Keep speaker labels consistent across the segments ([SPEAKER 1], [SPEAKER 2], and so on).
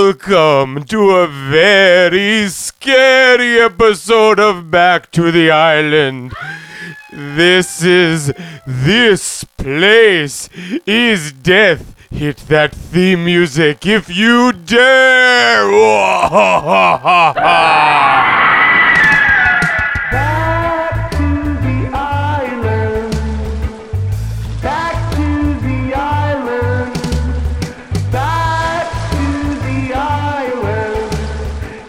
[SPEAKER 1] Welcome to a very scary episode of Back to the Island. This is. This place is death. Hit that theme music if you dare!
[SPEAKER 2] Back to the island. Back to the island. Back to the island.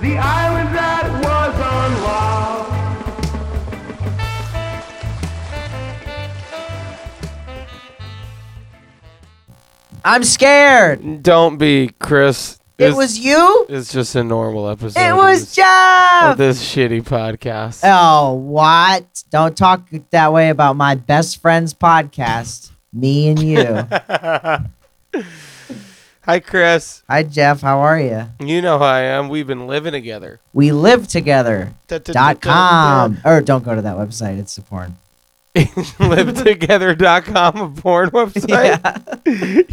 [SPEAKER 2] The island that was unloved.
[SPEAKER 3] I'm scared.
[SPEAKER 1] Don't be, Chris.
[SPEAKER 3] It was you.
[SPEAKER 1] It's just a normal episode.
[SPEAKER 3] It was Jeff.
[SPEAKER 1] this shitty podcast.
[SPEAKER 3] Oh, what? Don't talk that way about my best friend's podcast. Me and you.
[SPEAKER 1] Hi, Chris.
[SPEAKER 3] Hi, Jeff. How are you?
[SPEAKER 1] You know how I am. We've been living together.
[SPEAKER 3] We live together. Dot com. Or don't go to that website. It's the porn.
[SPEAKER 1] livetogether.com a porn website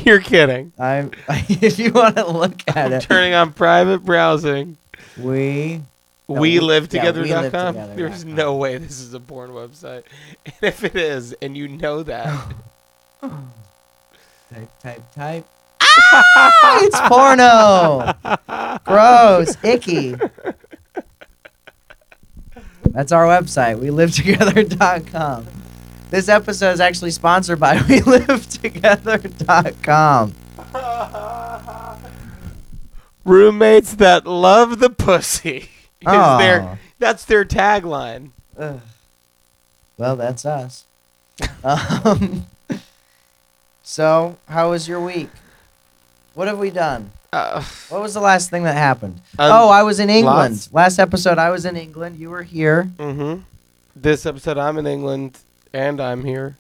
[SPEAKER 1] you're kidding
[SPEAKER 3] I'm. If you want to look at it,
[SPEAKER 1] turning on private browsing
[SPEAKER 3] we. No,
[SPEAKER 1] we
[SPEAKER 3] we-
[SPEAKER 1] live
[SPEAKER 3] yeah, we
[SPEAKER 1] together.com
[SPEAKER 3] live together
[SPEAKER 1] there's
[SPEAKER 3] dot com.
[SPEAKER 1] no way this is a porn website and if it is and you know that
[SPEAKER 3] Type, type, type. Ah! it's porno. Gross. Icky. That's our website, welivetogether.com. This episode is actually sponsored by welivetogether.com.
[SPEAKER 1] roommates that love the pussy is
[SPEAKER 3] Oh.
[SPEAKER 1] their that's their tagline
[SPEAKER 3] Ugh. Well, that's us. Um, so, how was your week? What have we done?
[SPEAKER 1] uh,
[SPEAKER 3] What was the last thing that happened?
[SPEAKER 1] Um,
[SPEAKER 3] oh, I was in England.
[SPEAKER 1] lots.
[SPEAKER 3] Last episode, I was in England. You were here.
[SPEAKER 1] Mm-hmm. This episode, I'm in England and I'm here.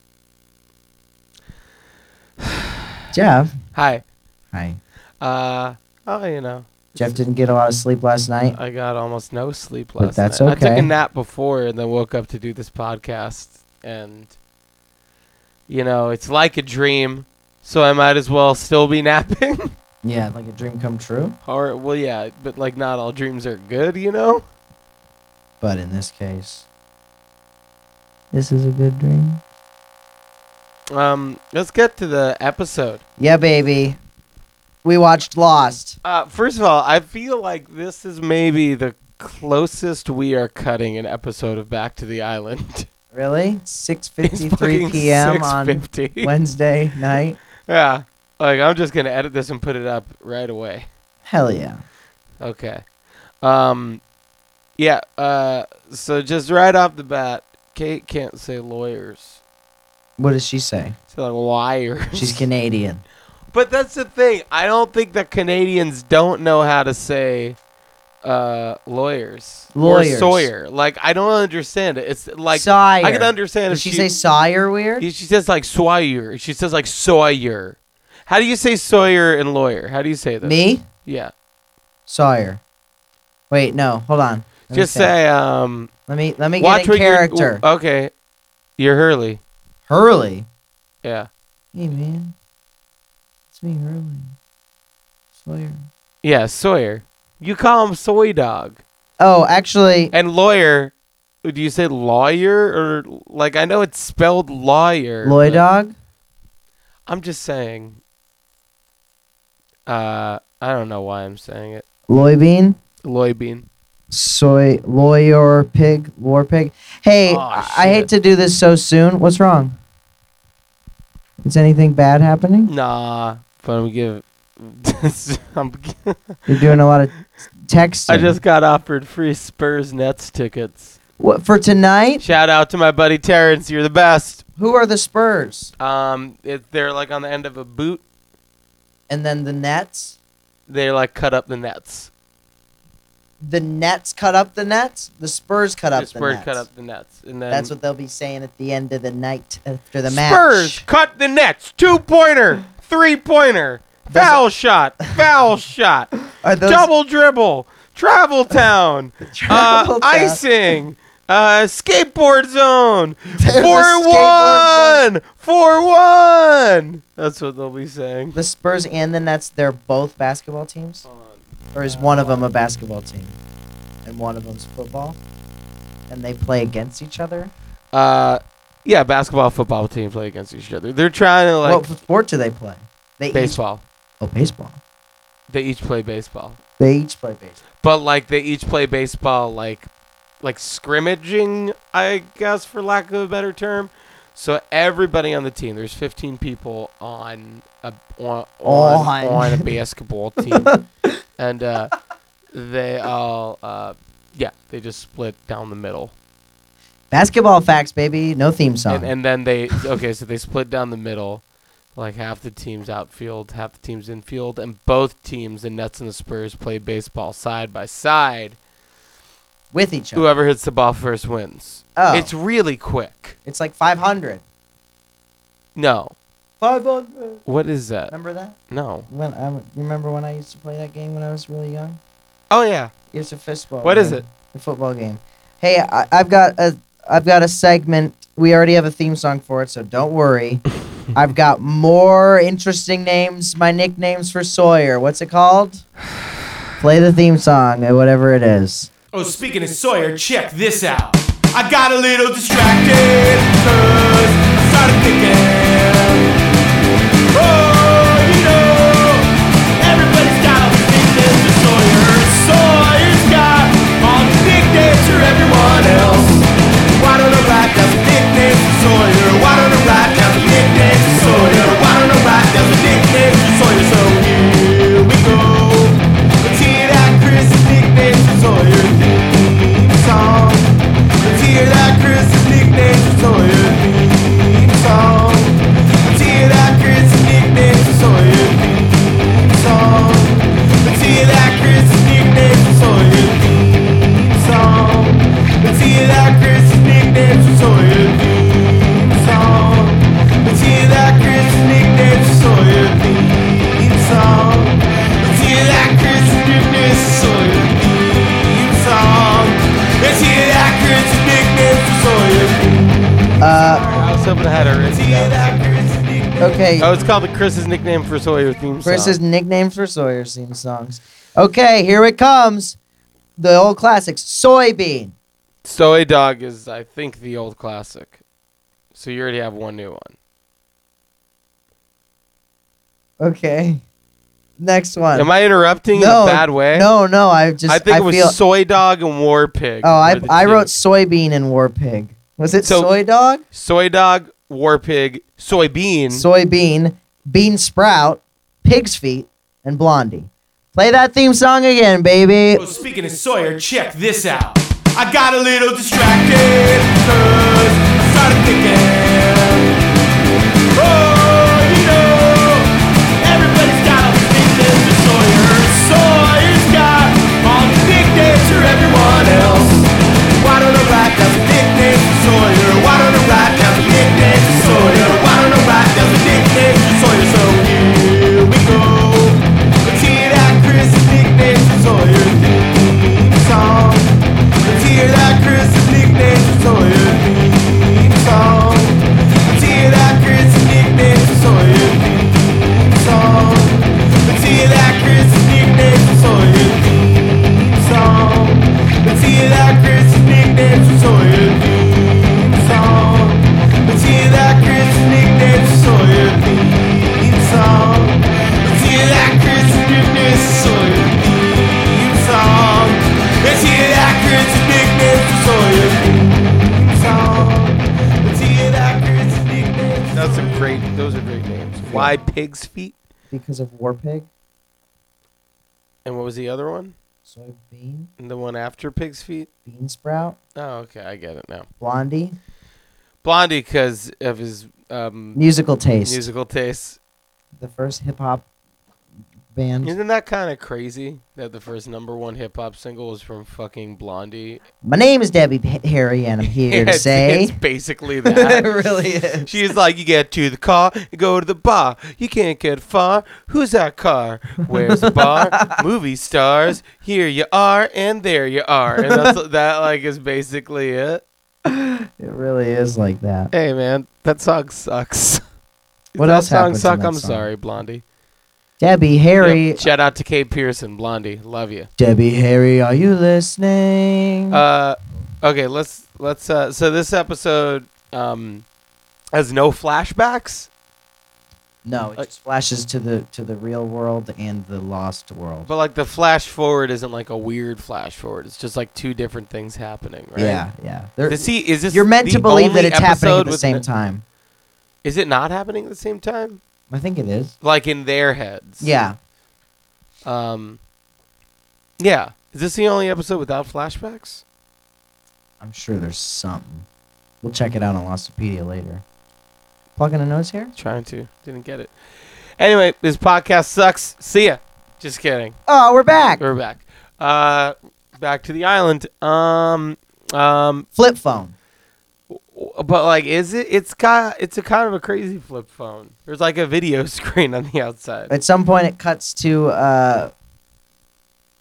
[SPEAKER 3] Jeff.
[SPEAKER 1] Hi.
[SPEAKER 3] Hi.
[SPEAKER 1] Uh, oh, you know,
[SPEAKER 3] Jeff didn't get a lot of sleep last night.
[SPEAKER 1] I got almost no sleep
[SPEAKER 3] But
[SPEAKER 1] last
[SPEAKER 3] that's
[SPEAKER 1] night. I took
[SPEAKER 3] okay.
[SPEAKER 1] a nap before and then woke up to do this podcast. And, you know, it's like a dream. So I might as well still be napping.
[SPEAKER 3] Yeah, like a dream come true.
[SPEAKER 1] or, well, yeah, but like not all dreams are good, you know?
[SPEAKER 3] But in this case, this is a good dream.
[SPEAKER 1] Um, let's get to the episode.
[SPEAKER 3] Yeah, baby. We watched Lost.
[SPEAKER 1] Uh, first of all, I feel like this is maybe the closest we are cutting an episode of Back to the Island.
[SPEAKER 3] Really?
[SPEAKER 1] It's
[SPEAKER 3] 6:53
[SPEAKER 1] fucking
[SPEAKER 3] p.m. on
[SPEAKER 1] 6:50.
[SPEAKER 3] Wednesday night.
[SPEAKER 1] yeah, like I'm just gonna edit this and put it up right away.
[SPEAKER 3] Hell yeah.
[SPEAKER 1] Okay. Um, yeah. Uh, so just right off the bat, Kate can't say lawyers.
[SPEAKER 3] What does she say?
[SPEAKER 1] She's like liars.
[SPEAKER 3] She's Canadian.
[SPEAKER 1] But that's the thing. I don't think that Canadians don't know how to say uh, lawyers. Or
[SPEAKER 3] Lawyers.
[SPEAKER 1] Sawyer. Like I don't understand it. It's like
[SPEAKER 3] Sawyer.
[SPEAKER 1] I can understand
[SPEAKER 3] Does
[SPEAKER 1] if
[SPEAKER 3] she, say Sawyer weird?
[SPEAKER 1] she says like Sawyer. She says like Sawyer. How do you say Sawyer and lawyer? How do you say that?
[SPEAKER 3] Me?
[SPEAKER 1] Yeah.
[SPEAKER 3] Sawyer. Wait, no. Hold on. Let me
[SPEAKER 1] Just
[SPEAKER 3] think.
[SPEAKER 1] say um.
[SPEAKER 3] Let me let me
[SPEAKER 1] Watch
[SPEAKER 3] get in
[SPEAKER 1] what you're-
[SPEAKER 3] character.
[SPEAKER 1] Okay. You're Hurley.
[SPEAKER 3] Hurley.
[SPEAKER 1] Yeah.
[SPEAKER 3] Hey man, it's me, Hurley. Sawyer.
[SPEAKER 1] Yeah. Sawyer. You call him soy dog.
[SPEAKER 3] Oh, actually,
[SPEAKER 1] And lawyer, do you say lawyer or like I know it's spelled lawyer.
[SPEAKER 3] Loy
[SPEAKER 1] but
[SPEAKER 3] Dog.
[SPEAKER 1] I'm just saying. Uh, I don't know why I'm saying it.
[SPEAKER 3] Loy Bean.
[SPEAKER 1] Loy bean.
[SPEAKER 3] Soy lawyer pig lore pig. Hey,
[SPEAKER 1] Aw,
[SPEAKER 3] I I hate
[SPEAKER 1] shit.
[SPEAKER 3] to do this so soon. What's wrong? Is anything bad happening?
[SPEAKER 1] Nah, but I'm give. I'm,
[SPEAKER 3] You're doing a lot of texting.
[SPEAKER 1] I just got offered free Spurs Nets tickets.
[SPEAKER 3] what, for tonight.
[SPEAKER 1] Shout out to my buddy Terrence. You're the best.
[SPEAKER 3] Who are the Spurs?
[SPEAKER 1] Um, it, they're like on the end of a boot.
[SPEAKER 3] And then the Nets.
[SPEAKER 1] They like cut up the nets.
[SPEAKER 3] The Nets cut up the Nets. The Spurs cut up
[SPEAKER 1] the
[SPEAKER 3] the,
[SPEAKER 1] Spurs
[SPEAKER 3] Nets.
[SPEAKER 1] cut up the nets, and then
[SPEAKER 3] That's what they'll be saying at the end of the night after the match.
[SPEAKER 1] Spurs cut the nets. Two pointer, three pointer,
[SPEAKER 3] Does it-
[SPEAKER 1] foul shot, foul shot,
[SPEAKER 3] Are those
[SPEAKER 1] double dribble, travel town, uh,
[SPEAKER 3] Travel town.
[SPEAKER 1] icing, uh, skateboard zone,
[SPEAKER 3] There's a
[SPEAKER 1] four
[SPEAKER 3] skateboard
[SPEAKER 1] one, four one. That's what they'll be saying.
[SPEAKER 3] the Spurs and the Nets? They're both basketball teams.
[SPEAKER 1] Hold on.
[SPEAKER 3] Or is one of them a basketball team? And one of them's football? And they play against each other?
[SPEAKER 1] Uh, yeah, basketball, football team play against each other. They're trying to like
[SPEAKER 3] what sport do they play? They
[SPEAKER 1] baseball.
[SPEAKER 3] Each, oh, baseball.
[SPEAKER 1] They each play baseball,
[SPEAKER 3] They each play baseball.
[SPEAKER 1] but like they each play baseball like like scrimmaging, I guess, for lack of a better term. So everybody on the team, there's 15 people on a on on,
[SPEAKER 3] On.
[SPEAKER 1] on a basketball team, and uh, they all uh, yeah, they just split down the middle.
[SPEAKER 3] Basketball facts, baby. No theme song.
[SPEAKER 1] And, and then they okay, so they split down the middle, like half the team's outfield, half the team's infield, and both teams, the Nets and the Spurs, play baseball side by side.
[SPEAKER 3] With each other.
[SPEAKER 1] Whoever hits the ball first wins.
[SPEAKER 3] Oh.
[SPEAKER 1] It's really quick.
[SPEAKER 3] It's like 500.
[SPEAKER 1] No,
[SPEAKER 3] 500.
[SPEAKER 1] what is that?
[SPEAKER 3] Remember that?
[SPEAKER 1] No.
[SPEAKER 3] When I remember when I used to play that game when I was really young.
[SPEAKER 1] Oh yeah.
[SPEAKER 3] It's a fistball.
[SPEAKER 1] What
[SPEAKER 3] What is
[SPEAKER 1] is it?
[SPEAKER 3] A football game. Hey, I, I've got a I've got a segment. We already have a theme song for it, so don't worry. I've got more interesting names. My nicknames for Sawyer. What's it called? Play the theme song, uh, whatever it is.
[SPEAKER 4] Oh, speaking of Sawyer, check this out. I got a little distracted because I started thinking. Oh, you know, everybody's got all these nicknames for Sawyer. Sawyer's got all these nicknames for everyone else. Why don't I write down the nicknames for Sawyer? Why don't I write down the nicknames for Sawyer? Why don't I write down the nicknames for Sawyer? So here we go. Let's hear that Chris's nicknames for Sawyer theme song. Let's hear that Chris's nicknames for Sawyer theme song. Let's hear that Chris's nicknames for Sawyer theme song. Let's hear that Chris's nicknames for Sawyer theme song. Let's hear that Chris's nicknames for Sawyer theme song. Let's hear that Chris's nicknames for Sawyer theme song. Let's hear that Chris's nicknames for Sawyer theme song. Let's hear that Chris's nicknames for Sawyer theme
[SPEAKER 3] Uh,
[SPEAKER 1] I was hoping I had a
[SPEAKER 4] Let's hear that Chris's nicknames.
[SPEAKER 3] okay.
[SPEAKER 1] Oh, it's called the Chris's nickname for Sawyer theme song.
[SPEAKER 3] Chris's nicknames for Sawyer theme songs. Okay, here it comes. The old classics. Soybean.
[SPEAKER 1] Soy Dog is, I think, the old classic. So you already have one new one.
[SPEAKER 3] Okay. Next one.
[SPEAKER 1] Am I interrupting
[SPEAKER 3] no,
[SPEAKER 1] in a bad way?
[SPEAKER 3] No, no. I just
[SPEAKER 1] I think it was
[SPEAKER 3] feel,
[SPEAKER 1] Soy Dog and War Pig.
[SPEAKER 3] Oh, I,
[SPEAKER 1] were the
[SPEAKER 3] I
[SPEAKER 1] two.
[SPEAKER 3] wrote soybean and war pig. Was it
[SPEAKER 1] So-
[SPEAKER 3] soy dog?
[SPEAKER 1] Soy Dog, War Pig, Soybean.
[SPEAKER 3] Soybean, bean sprout, pig's feet, and blondie. Play that theme song again, baby.
[SPEAKER 4] Oh, speaking of Sawyer, check this out. I got a little distracted because I started thinking. Oh, you know, everybody's got all these nicknames for Sawyer. Sawyer's got all these nicknames for everyone else. Why don't I write down the nicknames for Sawyer? Why don't I write down the nicknames for Sawyer? Why don't I write down the nicknames for Sawyer? So here we go. Let's hear that Chris's nicknames for Sawyer theme song. Let's hear that Chris's nicknames for Sawyer theme song. Let's hear that Chris's nicknames for Sawyer theme song. Let's hear that Chris's nicknames for Sawyer theme song. Let's hear that Chris's nicknames for Sawyer theme song. Let's hear that Chris's nicknames for Sawyer theme song. Let's hear that Chris's nicknames for Sawyer theme song. Let's hear that Chris's nicknames for Sawyer theme song. Let's hear that Chris's nicknames for
[SPEAKER 1] That's a great. Those are great names. Why Pig's Feet?
[SPEAKER 3] Because of war pig,
[SPEAKER 1] And what was the other one?
[SPEAKER 3] soybean,
[SPEAKER 1] And the one after Pig's Feet?
[SPEAKER 3] bean sprout,
[SPEAKER 1] Oh, okay, I get it now.
[SPEAKER 3] blondie.
[SPEAKER 1] Blondie, because of his um,
[SPEAKER 3] Musical taste.
[SPEAKER 1] musical taste.
[SPEAKER 3] The first hip hop band.
[SPEAKER 1] Isn't that kind of crazy that the first number one hip hop single was from fucking Blondie?
[SPEAKER 3] My name is Debbie P- Harry, and I'm here to
[SPEAKER 1] It's-
[SPEAKER 3] say.
[SPEAKER 1] it's basically
[SPEAKER 3] it
[SPEAKER 1] that.
[SPEAKER 3] really is.
[SPEAKER 1] She's like, you get to the car, you go to the bar. You can't get far. Who's that car? Where's the bar? Movie stars. Here you are, and there you are. And that's, that like is basically it.
[SPEAKER 3] It really is like that.
[SPEAKER 1] Hey man, that song sucks. If
[SPEAKER 3] What
[SPEAKER 1] that
[SPEAKER 3] else
[SPEAKER 1] song
[SPEAKER 3] happens in
[SPEAKER 1] suck?
[SPEAKER 3] that
[SPEAKER 1] I'm
[SPEAKER 3] song?
[SPEAKER 1] sorry, Blondie.
[SPEAKER 3] Debbie Harry.
[SPEAKER 1] Yep. Shout out to Kate Pearson, Blondie. Love you.
[SPEAKER 3] Debbie Harry, are you listening?
[SPEAKER 1] Uh, okay, let's let's. Uh, so this episode um has no flashbacks,
[SPEAKER 3] no, it just flashes to the to the real world and the lost world.
[SPEAKER 1] but like the flash forward isn't like a weird flash forward. It's just like two different things happening, right?
[SPEAKER 3] Yeah, yeah. They're-
[SPEAKER 1] Is he, is this
[SPEAKER 3] you're meant
[SPEAKER 1] the
[SPEAKER 3] to believe that
[SPEAKER 1] only
[SPEAKER 3] it's happening
[SPEAKER 1] episode
[SPEAKER 3] at the
[SPEAKER 1] with
[SPEAKER 3] same
[SPEAKER 1] n-
[SPEAKER 3] time.
[SPEAKER 1] Is it not happening at the same time?
[SPEAKER 3] I think it is.
[SPEAKER 1] Like in their heads.
[SPEAKER 3] Yeah.
[SPEAKER 1] Um. Yeah. Is this the only episode without flashbacks?
[SPEAKER 3] I'm sure there's something. We'll check it out on Lostopedia later. Plugging a nose here?
[SPEAKER 1] Trying to. Didn't get it. Anyway, this podcast sucks. See ya. Just kidding.
[SPEAKER 3] Oh, we're back.
[SPEAKER 1] We're back. Uh, back to the island. Um, um,
[SPEAKER 3] Flip phone.
[SPEAKER 1] but like, is it? It's got. It's a kind of a crazy flip phone. There's like a video screen on the outside.
[SPEAKER 3] At some point, it cuts to uh,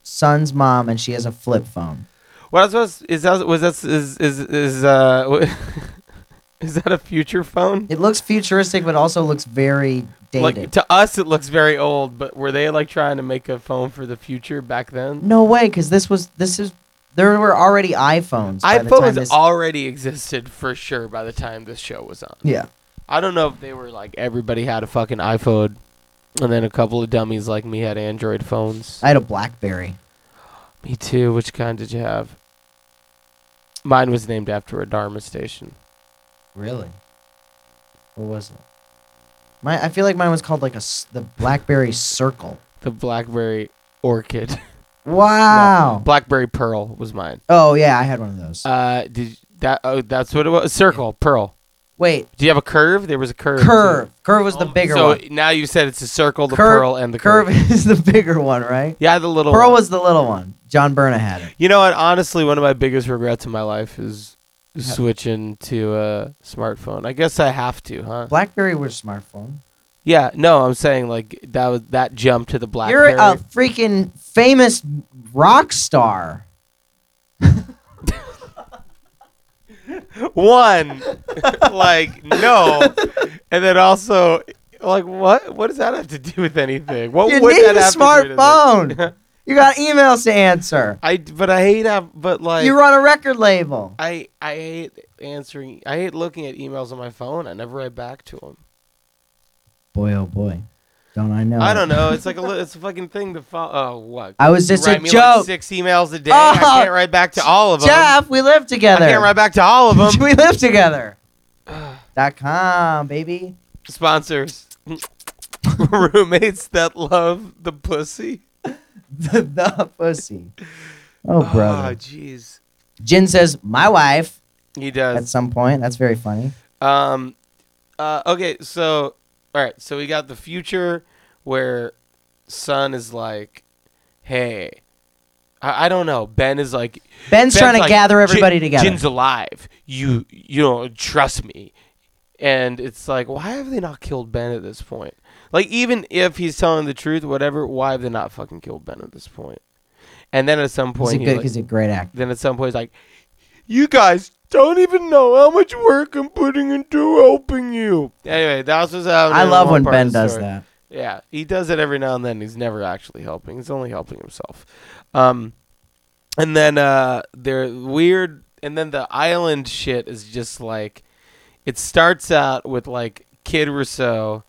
[SPEAKER 3] son's mom, and she has a flip phone.
[SPEAKER 1] What I was supposed is that was that is is is uh is that a future phone?
[SPEAKER 3] It looks futuristic, but also looks very dated.
[SPEAKER 1] Like to us, it looks very old. But were they like trying to make a phone for the future back then?
[SPEAKER 3] no way, because this was this is there were already iPhones. by the time
[SPEAKER 1] iPhones
[SPEAKER 3] this-
[SPEAKER 1] already existed for sure by the time this show was on.
[SPEAKER 3] yeah.
[SPEAKER 1] I don't know if they were like everybody had a fucking iPhone, and then a couple of dummies like me had Android phones.
[SPEAKER 3] I had a BlackBerry.
[SPEAKER 1] me too. Which kind did you have? Mine was named after a Dharma station.
[SPEAKER 3] Really? What was it? My I feel like mine was called like a s- the BlackBerry Circle.
[SPEAKER 1] The BlackBerry Orchid.
[SPEAKER 3] Wow.
[SPEAKER 1] BlackBerry Pearl was mine.
[SPEAKER 3] Oh yeah, I had one of those.
[SPEAKER 1] Uh, did that? Oh, that's what it was. Circle, pearl.
[SPEAKER 3] Wait,
[SPEAKER 1] Do you have a curve? There was a curve.
[SPEAKER 3] curve. Curve was the
[SPEAKER 1] Oh,
[SPEAKER 3] bigger
[SPEAKER 1] so
[SPEAKER 3] one.
[SPEAKER 1] now you said it's the circle, the
[SPEAKER 3] Curve-
[SPEAKER 1] pearl, and the curve.
[SPEAKER 3] curve is the bigger one, right?
[SPEAKER 1] Yeah, the little
[SPEAKER 3] Pearl
[SPEAKER 1] one.
[SPEAKER 3] was the little one. John Burna had it.
[SPEAKER 1] You know what? Honestly, one of my biggest regrets in my life is switching to a smartphone. I guess I have to, huh?
[SPEAKER 3] BlackBerry was a smartphone.
[SPEAKER 1] Yeah. No, I'm saying like that was that jump to the
[SPEAKER 3] You're
[SPEAKER 1] BlackBerry.
[SPEAKER 3] a freaking famous rock star.
[SPEAKER 1] one, like no, and then also like what? What does that have to do with anything? What
[SPEAKER 3] You
[SPEAKER 1] would
[SPEAKER 3] need
[SPEAKER 1] that
[SPEAKER 3] a
[SPEAKER 1] have to do with anything?
[SPEAKER 3] smartphone. you got emails to answer.
[SPEAKER 1] I but I hate av- but like
[SPEAKER 3] You run a record label.
[SPEAKER 1] I I hate answering. I hate looking at emails on my phone. I never write back to them.
[SPEAKER 3] Boy, oh boy. Don't I know.
[SPEAKER 1] I
[SPEAKER 3] it.
[SPEAKER 1] don't know. It's like a li- it's a fucking thing to follow. Oh what?
[SPEAKER 3] Uh. I was just
[SPEAKER 1] you write
[SPEAKER 3] a
[SPEAKER 1] me Like
[SPEAKER 3] joke.
[SPEAKER 1] six emails a day. I
[SPEAKER 3] Oh,
[SPEAKER 1] can't write back to all of them.
[SPEAKER 3] Jeff, we live
[SPEAKER 1] I
[SPEAKER 3] together.
[SPEAKER 1] can't write back to all of them.
[SPEAKER 3] we live together. Dot com, baby.
[SPEAKER 1] Sponsors, roommates that love the pussy.
[SPEAKER 3] The, the pussy. Oh,
[SPEAKER 1] Oh
[SPEAKER 3] brother.
[SPEAKER 1] jeez.
[SPEAKER 3] Jin says, my wife
[SPEAKER 1] He
[SPEAKER 3] at
[SPEAKER 1] does.
[SPEAKER 3] some point. That's very funny.
[SPEAKER 1] Um. Uh. Okay. So. All right. So we got the future where son is like, hey. I I don't know. Ben is like
[SPEAKER 3] Ben's, trying to
[SPEAKER 1] like,
[SPEAKER 3] gather
[SPEAKER 1] "Jin-
[SPEAKER 3] everybody together.
[SPEAKER 1] Jin's alive. You you don't trust me. And it's like, why have they not killed Ben at this point? Like, even if he's telling the truth, whatever, why have they not fucking killed Ben at this point? And then at some
[SPEAKER 3] he's a
[SPEAKER 1] point, he,
[SPEAKER 3] good,
[SPEAKER 1] like-
[SPEAKER 3] he's a great actor.
[SPEAKER 1] then at some point, he's like, you guys don't even know how much work I'm putting into helping you. Anyway, that was
[SPEAKER 3] I love when Ben does that.
[SPEAKER 1] Yeah, he does it every now and then. He's never actually helping. He's only helping himself. Um, and then uh, they're weird. And then the island shit is just like, it starts out with like Kid Rousseau,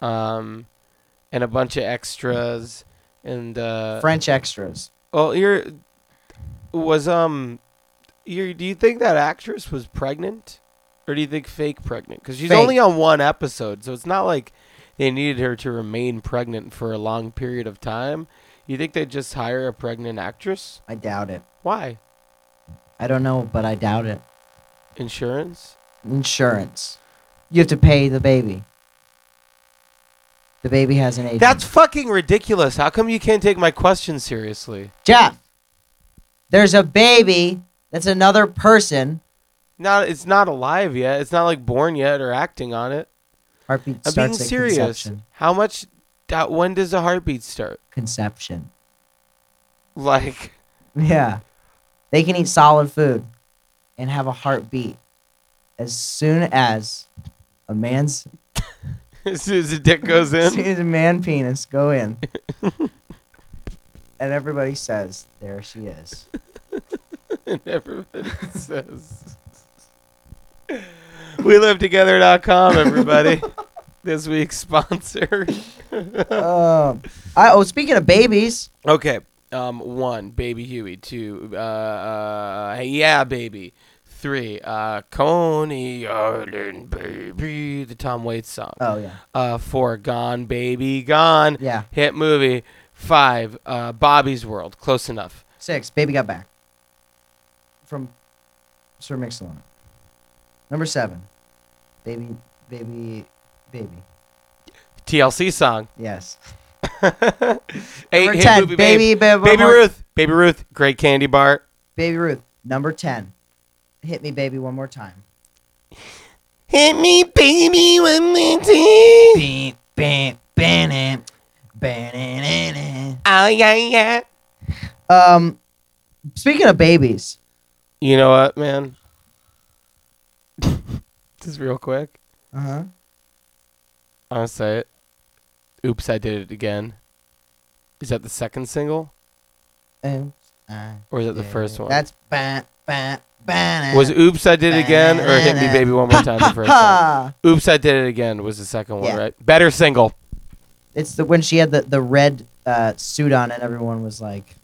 [SPEAKER 1] um, and a bunch of extras, and uh,
[SPEAKER 3] French extras.
[SPEAKER 1] well, you're was um, you do you think that actress was pregnant, or do you think fake pregnant? Because she's
[SPEAKER 3] Fake.
[SPEAKER 1] only on one episode, so it's not like they needed her to remain pregnant for a long period of time. You think they just hire a pregnant actress?
[SPEAKER 3] I doubt it.
[SPEAKER 1] Why?
[SPEAKER 3] I don't know, but I doubt it.
[SPEAKER 1] Insurance?
[SPEAKER 3] Insurance. You have to pay the baby. The baby has an agent.
[SPEAKER 1] That's fucking ridiculous. How come you can't take my question seriously?
[SPEAKER 3] Jeff. There's a baby that's another person.
[SPEAKER 1] Not, it's not alive yet. It's not like born yet or acting on it.
[SPEAKER 3] Heartbeat
[SPEAKER 1] I'm being
[SPEAKER 3] starts at
[SPEAKER 1] serious.
[SPEAKER 3] conception.
[SPEAKER 1] How much? That, when does the heartbeat start?
[SPEAKER 3] Conception.
[SPEAKER 1] Like.
[SPEAKER 3] Yeah. They can eat solid food and have a heartbeat as soon as a man's
[SPEAKER 1] as soon as the dick goes
[SPEAKER 3] As soon
[SPEAKER 1] in.
[SPEAKER 3] as a man penis go in, and everybody says, "There she is."
[SPEAKER 1] and everybody says we live together.com everybody this week's sponsor
[SPEAKER 3] Um, I, oh, speaking of babies,
[SPEAKER 1] okay um one baby huey two uh, uh yeah baby three uh coney island baby the tom waits song
[SPEAKER 3] oh yeah,
[SPEAKER 1] uh four gone baby gone
[SPEAKER 3] yeah,
[SPEAKER 1] hit movie five uh bobby's world close enough
[SPEAKER 3] six. Baby got back from Sir Mix-a-Lot. Number seven, baby, baby, baby.
[SPEAKER 1] tlc song
[SPEAKER 3] Yes.
[SPEAKER 1] eight
[SPEAKER 3] Number
[SPEAKER 1] hit
[SPEAKER 3] ten,
[SPEAKER 1] movie babe.
[SPEAKER 3] baby, baby,
[SPEAKER 1] Baby
[SPEAKER 3] one more-
[SPEAKER 1] Ruth. Baby Ruth. Great candy bar.
[SPEAKER 3] Baby Ruth, number 10. Hit me, baby, one more time.
[SPEAKER 1] Hit me, baby, one more time.
[SPEAKER 3] Beep, beep, beep, beep,
[SPEAKER 1] Oh, yeah, yeah.
[SPEAKER 3] Um, speaking of babies,
[SPEAKER 1] You know what, man? Just real quick.
[SPEAKER 3] uh huh.
[SPEAKER 1] I'm going to say it. Oops, I did it again. Is that the second single? Or is that the first one?
[SPEAKER 3] That's ba, ba, ba,
[SPEAKER 1] was Oops, I Did It Again or Hit Me, Baby, One More Time the first one?
[SPEAKER 3] ha.
[SPEAKER 1] Oops, I Did It Again was the second one,
[SPEAKER 3] Yeah.
[SPEAKER 1] right? Better single.
[SPEAKER 3] It's the when she had the the red uh, suit on, and everyone was like,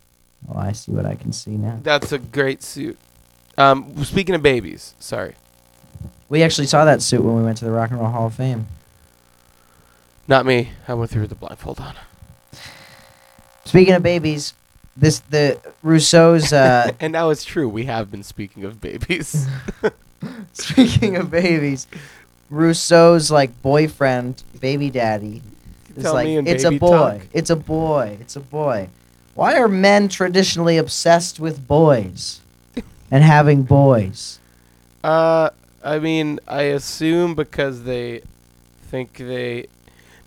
[SPEAKER 3] "Oh, I see what I can see now."
[SPEAKER 1] That's a great suit. Um, speaking of babies, sorry.
[SPEAKER 3] We actually saw that suit when we went to the Rock and Roll Hall of Fame.
[SPEAKER 1] Not me. I went through with the blindfold on.
[SPEAKER 3] Speaking of babies, this the Rousseau's uh,
[SPEAKER 1] And now it's true. We have been speaking of babies.
[SPEAKER 3] Speaking of babies, Rousseau's like boyfriend, baby daddy, is
[SPEAKER 1] Tell
[SPEAKER 3] like,
[SPEAKER 1] me in
[SPEAKER 3] it's a
[SPEAKER 1] baby
[SPEAKER 3] boy,
[SPEAKER 1] talk."
[SPEAKER 3] it's a boy, it's a boy. Why are men traditionally obsessed with boys and having boys?
[SPEAKER 1] uh, I mean, I assume because they think they,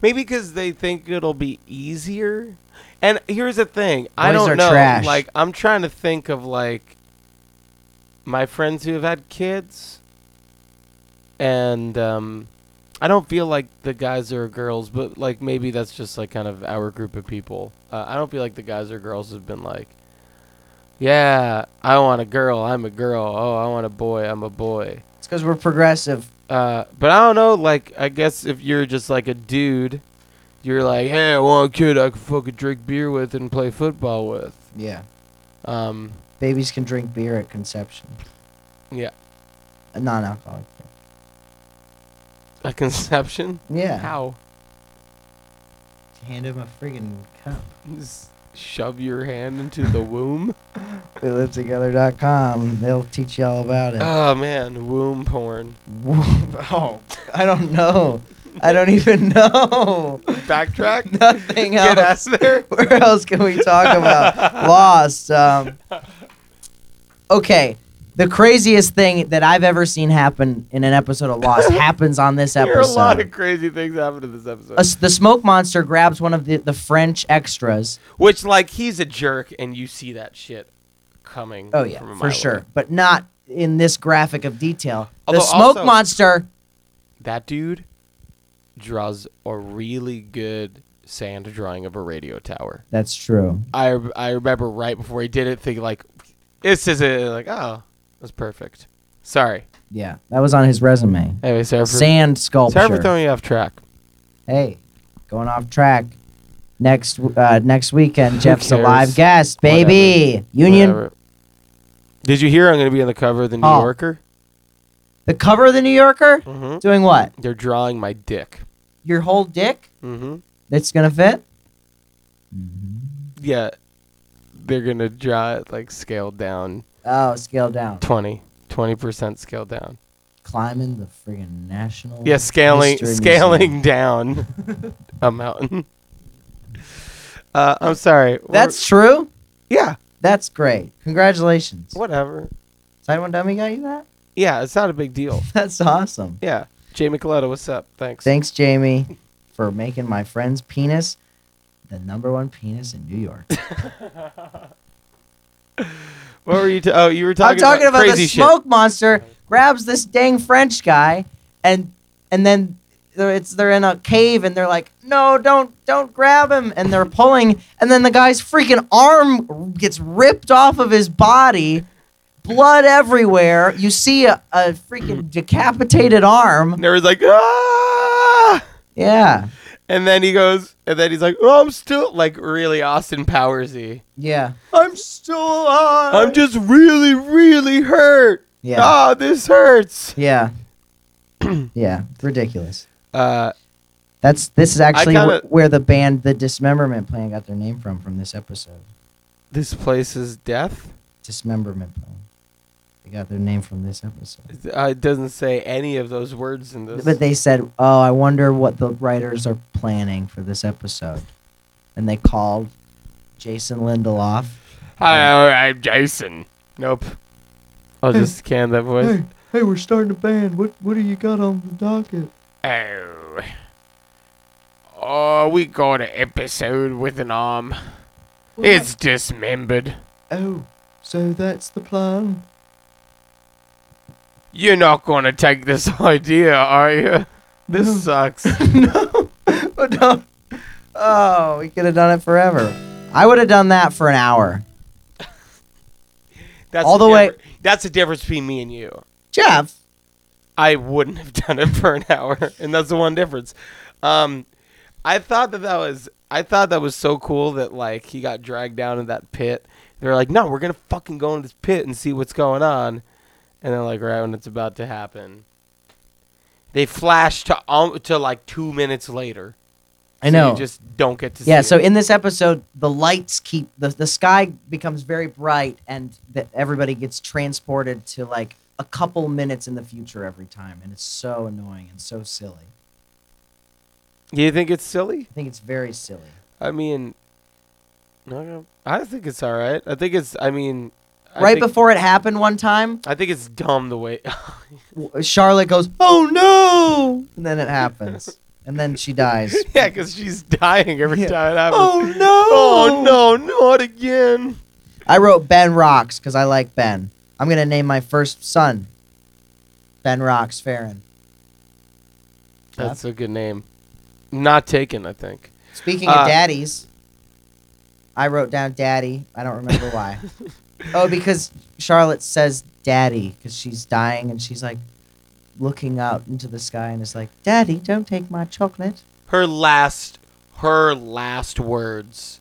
[SPEAKER 1] maybe because they think it'll be easier. And here's the thing. I
[SPEAKER 3] Boys
[SPEAKER 1] don't
[SPEAKER 3] are
[SPEAKER 1] know.
[SPEAKER 3] trash.
[SPEAKER 1] Like, I'm trying to think of like my friends who have had kids, and um, I don't feel like the guys or girls, but like maybe that's just like kind of our group of people. Uh, I don't feel like the guys or girls have been like, yeah, I want a girl, I'm a girl. Oh, I want a boy, I'm a boy.
[SPEAKER 3] It's because we're progressive.
[SPEAKER 1] Uh, but I don't know. Like, I guess if you're just like a dude, you're like, hey, I want a kid I can fucking drink beer with and play football with.
[SPEAKER 3] Yeah.
[SPEAKER 1] Um,
[SPEAKER 3] Babies can drink beer at conception.
[SPEAKER 1] Yeah.
[SPEAKER 3] A non-alcoholic. beer.
[SPEAKER 1] a conception.
[SPEAKER 3] Yeah.
[SPEAKER 1] How?
[SPEAKER 3] Hand him a friggin' cup.
[SPEAKER 1] Just shove your hand into the womb.
[SPEAKER 3] We live together.com. They'll teach you all about it.
[SPEAKER 1] Oh man, womb porn.
[SPEAKER 3] oh, I don't know. I don't even know.
[SPEAKER 1] Backtrack.
[SPEAKER 3] Nothing
[SPEAKER 1] Get
[SPEAKER 3] else.
[SPEAKER 1] us there.
[SPEAKER 3] Where else can we talk about Lost? Um, okay, the craziest thing that I've ever seen happen in an episode of Lost happens on this
[SPEAKER 1] There are a lot of
[SPEAKER 3] episode.
[SPEAKER 1] crazy things happen in this episode.
[SPEAKER 3] A s- the smoke monster grabs one of the, the French extras.
[SPEAKER 1] Which, like, he's a jerk, and you see that shit coming.
[SPEAKER 3] Oh yeah,
[SPEAKER 1] from a mile
[SPEAKER 3] for sure,
[SPEAKER 1] away.
[SPEAKER 3] but not in this graphic of detail.
[SPEAKER 1] Although
[SPEAKER 3] the smoke
[SPEAKER 1] also-
[SPEAKER 3] monster.
[SPEAKER 1] That dude draws a really good sand drawing of a radio tower.
[SPEAKER 3] That's true.
[SPEAKER 1] I I remember right before he did it, thinking like, "This is it." Like, oh, that's perfect. Sorry.
[SPEAKER 3] Yeah, that was on his resume.
[SPEAKER 1] Anyway, sorry for,
[SPEAKER 3] Sand sculpture.
[SPEAKER 1] sorry for throwing you off track.
[SPEAKER 3] hey, going off track. Next uh, next weekend, Jeff's a
[SPEAKER 1] cares?
[SPEAKER 3] live guest, baby. Union.
[SPEAKER 1] Whatever. Did you hear? I'm going to be on the cover of the New
[SPEAKER 3] Oh.
[SPEAKER 1] Yorker.
[SPEAKER 3] The cover of the New Yorker.
[SPEAKER 1] Mm-hmm.
[SPEAKER 3] Doing what?
[SPEAKER 1] They're drawing my dick.
[SPEAKER 3] Your whole dick?
[SPEAKER 1] Mm-hmm.
[SPEAKER 3] That's gonna fit.
[SPEAKER 1] Yeah, they're going to draw it like scaled down.
[SPEAKER 3] Oh, scale down.
[SPEAKER 1] 20 percent scale down
[SPEAKER 3] Climbing the friggin' national.
[SPEAKER 1] yeah scaling
[SPEAKER 3] History Museum.
[SPEAKER 1] scaling down a mountain uh, i'm sorry We're-
[SPEAKER 3] That's true.
[SPEAKER 1] yeah
[SPEAKER 3] That's great. Congratulations.
[SPEAKER 1] whatever
[SPEAKER 3] Side one dummy got you that?
[SPEAKER 1] yeah it's not a big deal
[SPEAKER 3] That's awesome.
[SPEAKER 1] yeah jay mcleod what's up thanks
[SPEAKER 3] Thanks, Jamie, for making my friend's penis the number one penis in New York.
[SPEAKER 1] what were you ta- oh you were talking,
[SPEAKER 3] I'm talking about,
[SPEAKER 1] crazy
[SPEAKER 3] the
[SPEAKER 1] shit.
[SPEAKER 3] smoke monster grabs this dang French guy, and and then they're it's they're in a cave and they're like, no, don't don't grab him, and they're pulling, and then the guy's freaking arm gets ripped off of his body, blood everywhere. You see a, a freaking decapitated arm.
[SPEAKER 1] And everyone's like, ah!
[SPEAKER 3] Yeah,
[SPEAKER 1] And then he goes, and then he's like, oh, I'm still, like, really Austin Powersy.
[SPEAKER 3] yeah,
[SPEAKER 1] I'm still alive. I'm just really, really hurt.
[SPEAKER 3] Uh, Yeah.
[SPEAKER 1] Ah, this hurts.
[SPEAKER 3] yeah, yeah. Ridiculous.
[SPEAKER 1] Uh,
[SPEAKER 3] That's this is actually
[SPEAKER 1] kinda-
[SPEAKER 3] wh- where the band, the Dismemberment Plan, got their name from from this episode.
[SPEAKER 1] this place is death.
[SPEAKER 3] Dismemberment Plan. They got their name from this episode.
[SPEAKER 1] Uh, it doesn't say any of those words in this.
[SPEAKER 3] But they said, "Oh, I wonder what the writers are planning for this episode," and they called Jason Lindelof.
[SPEAKER 5] Hello, I'm Jason.
[SPEAKER 1] nope.
[SPEAKER 3] Oh,
[SPEAKER 1] I'll just can that voice.
[SPEAKER 6] Hey, we're starting a band. What what do you got on the docket?
[SPEAKER 5] Oh. Oh, we got an episode with an arm. It's dismembered.
[SPEAKER 6] Oh, so that's the plan.
[SPEAKER 5] You're not gonna take this idea, are you?
[SPEAKER 1] This sucks.
[SPEAKER 3] Oh, no. oh we could have done it forever. I would have done that for an hour.
[SPEAKER 1] That's
[SPEAKER 3] All the way-
[SPEAKER 1] differ- That's the difference between me and you.
[SPEAKER 3] Jeff,
[SPEAKER 1] I wouldn't have done it for an hour, and that's the one difference. Um, I thought that that was I thought that was so cool that like he got dragged down in that pit. They're like, no, we're gonna fucking go in this pit and see what's going on, and then like right when it's about to happen, they flash to um, to like two minutes later.
[SPEAKER 3] I
[SPEAKER 1] So
[SPEAKER 3] know.
[SPEAKER 1] you just don't get to.
[SPEAKER 3] yeah.
[SPEAKER 1] see
[SPEAKER 3] So
[SPEAKER 1] it.
[SPEAKER 3] in this episode, the lights keep the the sky becomes very bright, and that everybody gets transported to like a couple minutes in the future every time, and it's so annoying and so silly.
[SPEAKER 1] do you think it's silly?
[SPEAKER 3] I think it's very silly.
[SPEAKER 1] I mean, I don't- I think it's all right. I think it's. I mean, I
[SPEAKER 3] right
[SPEAKER 1] think-
[SPEAKER 3] before it happened one time,
[SPEAKER 1] I think it's dumb the way.
[SPEAKER 3] Charlotte goes, "Oh no!" And then it happens, and then she dies.
[SPEAKER 1] Yeah, because she's dying every
[SPEAKER 3] Yeah.
[SPEAKER 1] time it happens.
[SPEAKER 3] Oh, no!
[SPEAKER 1] Oh no! Not again!
[SPEAKER 3] I wrote Ben Rocks because I like Ben. I'm gonna name my first son Ben Rocks Farron.
[SPEAKER 1] That's a good name. Not taken, I think.
[SPEAKER 3] Speaking
[SPEAKER 1] Uh,
[SPEAKER 3] of daddies, I wrote down Daddy. I don't remember why. oh, because Charlotte says Daddy because she's dying and she's like looking out into the sky and is like, "Daddy, don't take my chocolate."
[SPEAKER 1] Her last, her last words,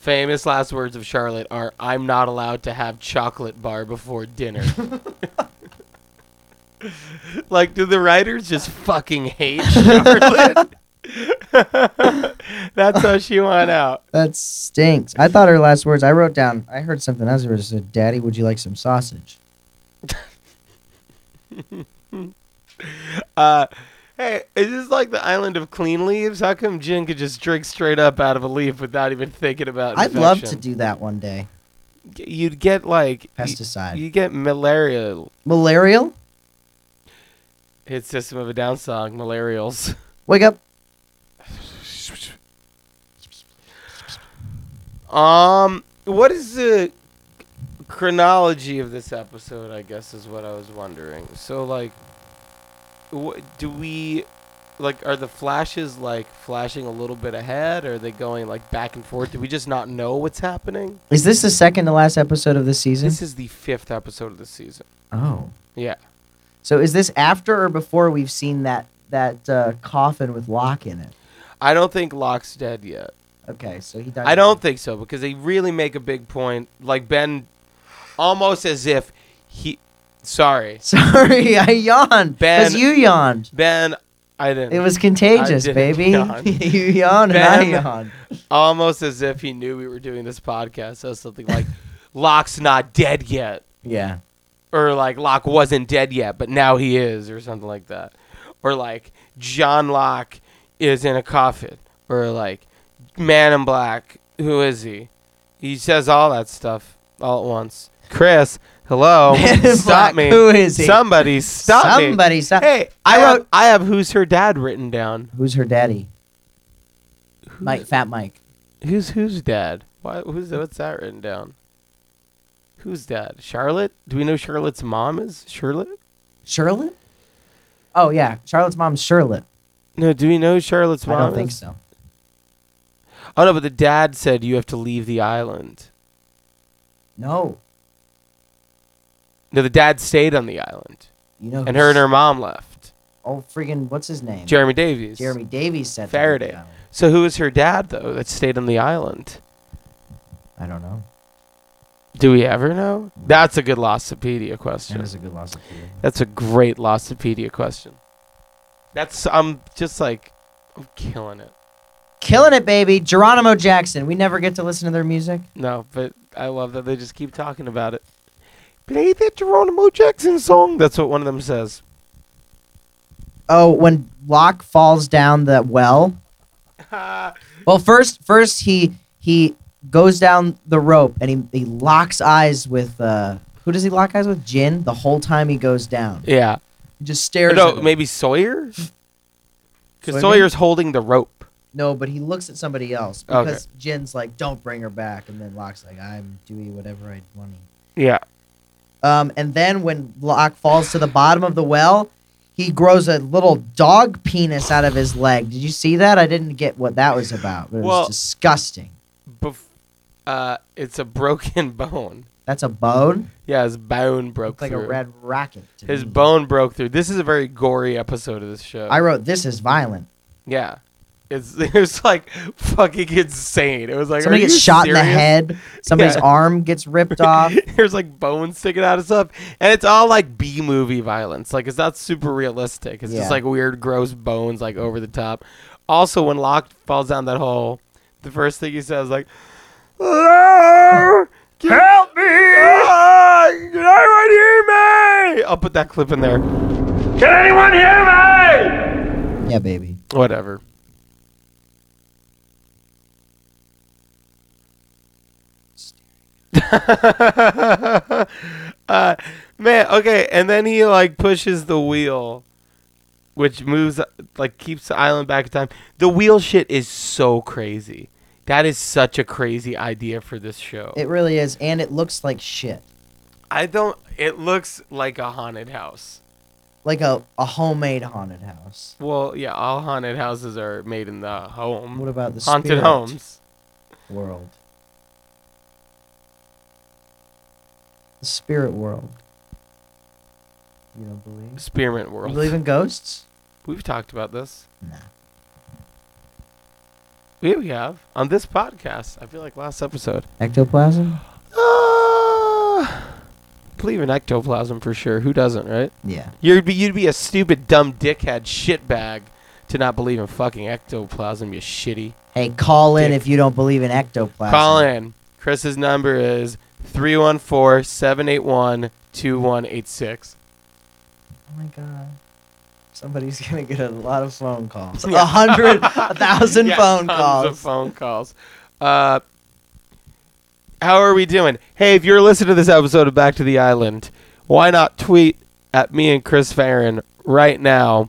[SPEAKER 1] famous last words of Charlotte are, "I'm not allowed to have chocolate bar before dinner." like, do the writers just fucking hate Charlotte? That's how she went out.
[SPEAKER 3] That stinks. I thought her last words. I wrote down. I heard something else. It said, "Daddy, would you like some sausage?"
[SPEAKER 1] Uh, hey, is this like the island of clean leaves? How come Jin could just drink straight up out of a leaf without even thinking about?
[SPEAKER 3] I'd love to
[SPEAKER 1] infection?
[SPEAKER 3] do that one day.
[SPEAKER 1] You'd get like
[SPEAKER 3] Pesticide.
[SPEAKER 1] You would get malaria.
[SPEAKER 3] Malarial?
[SPEAKER 1] Hit System of a Down song, Malarials.
[SPEAKER 3] Wake up.
[SPEAKER 1] Um, what is the chronology of this episode? I guess is what I was wondering. So like, wh- do we? Like, are the flashes like flashing a little bit ahead? Or are they going like back and forth? Do we just not know what's happening?
[SPEAKER 3] Is this the second to last episode of this season?
[SPEAKER 1] This is the fifth episode of the season.
[SPEAKER 3] oh.
[SPEAKER 1] Yeah.
[SPEAKER 3] So is this after or before we've seen that that uh, coffin with Locke in it?
[SPEAKER 1] I don't think Locke's dead yet.
[SPEAKER 3] Okay, so he died.
[SPEAKER 1] I don't think so because they really make a big point. Like Ben, almost as if he. Sorry,
[SPEAKER 3] Sorry, I yawned.
[SPEAKER 1] Ben-
[SPEAKER 3] Because you yawned.
[SPEAKER 1] Ben. I didn't.
[SPEAKER 3] It was contagious,
[SPEAKER 1] didn't
[SPEAKER 3] baby.
[SPEAKER 1] yawn.
[SPEAKER 3] you yawned and I
[SPEAKER 1] Ben-
[SPEAKER 3] yawned.
[SPEAKER 1] almost as if he knew we were doing this podcast. So something like, Locke's not dead yet,
[SPEAKER 3] Yeah.
[SPEAKER 1] or like Locke wasn't dead yet, but now he is, or something like that, or like John Locke is in a coffin, or like Man in Black. Who is he? He says all that stuff all at once. Chris, hello,
[SPEAKER 3] Man in
[SPEAKER 1] stop
[SPEAKER 3] Black,
[SPEAKER 1] me.
[SPEAKER 3] who is he?
[SPEAKER 1] Somebody stop me.
[SPEAKER 3] Somebody stop.
[SPEAKER 1] Hey,
[SPEAKER 3] I
[SPEAKER 1] I wrote.
[SPEAKER 3] have-
[SPEAKER 1] I have who's her dad written down.
[SPEAKER 3] Who's her daddy? Mike, Fat Mike.
[SPEAKER 1] Who's who's dad? Why? Who's what's that written down? Who's dad? Charlotte? Do we know Charlotte's mom is Charlotte?
[SPEAKER 3] Charlotte? Oh yeah, Charlotte's mom's Charlotte.
[SPEAKER 1] No, do we know Charlotte's mom?
[SPEAKER 3] I don't think
[SPEAKER 1] is?
[SPEAKER 3] so.
[SPEAKER 1] Oh no, but the dad said you have to leave the island.
[SPEAKER 3] No.
[SPEAKER 1] No, the dad stayed on the island,
[SPEAKER 3] You know.
[SPEAKER 1] and her and
[SPEAKER 3] who's-
[SPEAKER 1] her mom left.
[SPEAKER 3] Oh, freaking, what's his name?
[SPEAKER 1] Jeremy Davies.
[SPEAKER 3] Jeremy Davies said that.
[SPEAKER 1] Faraday. So who was her dad though that stayed on the island?
[SPEAKER 3] I don't know.
[SPEAKER 1] Do we ever know? That's a good Lostopedia question.
[SPEAKER 3] That is a good loss. of feeling.
[SPEAKER 1] That's a great Lostopedia question. That's I'm just like I'm killing it.
[SPEAKER 3] Killing it, baby. Geronimo Jackson. We never get to listen to their music.
[SPEAKER 1] No, but I love that they just keep talking about it. Play that Geronimo Jackson song. That's what one of them says.
[SPEAKER 3] Oh, when Locke falls down the well. well, first, first he he goes down the rope and he, he locks eyes with uh who does he lock eyes with? Jin. The whole time he goes down,
[SPEAKER 1] Yeah.
[SPEAKER 3] he just stares.
[SPEAKER 1] no,
[SPEAKER 3] at him.
[SPEAKER 1] maybe Sawyer. Because
[SPEAKER 3] Sawyer?
[SPEAKER 1] Sawyer's holding the rope.
[SPEAKER 3] No, but he looks at somebody else
[SPEAKER 1] Okay.
[SPEAKER 3] because Jin's like, "Don't bring her back," and then Locke's like, "I'm doing whatever I want." to."
[SPEAKER 1] Yeah.
[SPEAKER 3] Um, and then when Locke falls to the bottom of the well, he grows a little dog penis out of his leg. Did you see that? I didn't get what that was about, but it
[SPEAKER 1] Well-
[SPEAKER 3] was disgusting.
[SPEAKER 1] Bef- uh, it's a broken bone.
[SPEAKER 3] That's a bone.
[SPEAKER 1] Yeah, his bone broke
[SPEAKER 3] It's like
[SPEAKER 1] through.
[SPEAKER 3] a red rocket. To
[SPEAKER 1] His
[SPEAKER 3] me.
[SPEAKER 1] bone broke through. This is a very gory episode of this show.
[SPEAKER 3] I wrote this is violent.
[SPEAKER 1] yeah. It's it was like fucking insane. It was like
[SPEAKER 3] Somebody
[SPEAKER 1] are
[SPEAKER 3] gets
[SPEAKER 1] you
[SPEAKER 3] shot in the
[SPEAKER 1] serious?
[SPEAKER 3] head. Somebody's
[SPEAKER 1] Yeah.
[SPEAKER 3] arm gets ripped off.
[SPEAKER 1] There's like bones sticking out of stuff, and it's all like B movie violence. Like it's not super realistic. It's
[SPEAKER 3] Yeah.
[SPEAKER 1] just like weird, gross bones, like over the top. Also, when Locke falls down that hole, the first thing he says like, "Hello, help me! Ah, can anyone hear me?" I'll put that clip in there.
[SPEAKER 2] Can anyone hear me?
[SPEAKER 3] Yeah, baby.
[SPEAKER 1] Whatever. uh, man, okay, and then he like pushes the wheel, which moves like keeps the island back in time. The wheel shit is so crazy. That is such a crazy idea for this show.
[SPEAKER 3] It really is, and it looks like shit.
[SPEAKER 1] I don't. It looks like a haunted house.
[SPEAKER 3] Like a, a homemade haunted house.
[SPEAKER 1] Well, yeah, all haunted houses are made in the home.
[SPEAKER 3] What about the
[SPEAKER 1] haunted
[SPEAKER 3] spirit
[SPEAKER 1] homes?
[SPEAKER 3] world? The spirit world. You don't believe?
[SPEAKER 1] Spearmint world.
[SPEAKER 3] You believe in ghosts?
[SPEAKER 1] We've talked about this.
[SPEAKER 3] Nah.
[SPEAKER 1] Yeah, we have on this podcast. I feel like last episode.
[SPEAKER 3] Ectoplasm?
[SPEAKER 1] Ah, believe in ectoplasm for sure. Who doesn't, right?
[SPEAKER 3] Yeah.
[SPEAKER 1] You'd be you'd be a stupid, dumb dickhead shitbag to not believe in fucking ectoplasm. You shitty.
[SPEAKER 3] Hey, call in
[SPEAKER 1] Dick.
[SPEAKER 3] if you don't believe in ectoplasm.
[SPEAKER 1] Call in. Chris's number is 314-781-2186.
[SPEAKER 3] Oh my god. Somebody's gonna get a lot of phone calls. A hundred, a thousand
[SPEAKER 1] Yeah,
[SPEAKER 3] phone
[SPEAKER 1] tons Of
[SPEAKER 3] calls.
[SPEAKER 1] phone calls. Uh, how are we doing? Hey, if you're listening to this episode of Back to the Island, why not tweet at me and Chris Farron right now